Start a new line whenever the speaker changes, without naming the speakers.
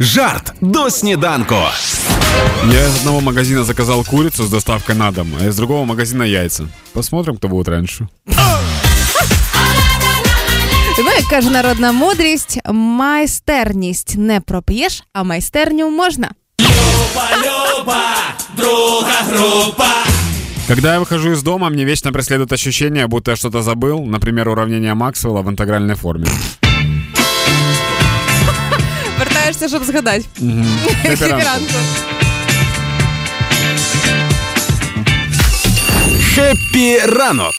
Жарт до сніданку.
Я из одного магазина заказал курицу с доставкой на дом, а из другого магазина яйца. Посмотрим, кто будет раньше.
Ну, як каже народна мудрість, майстерність не проп'єш, а майстерню можна.
Когда я выхожу из дома, мне вечно преследует ощущение, будто я что-то забыл, например, уравнение Максвелла в интегральной форме.
Вертаєшся, щоб згадати. Хепіранку.
Хеппі ранок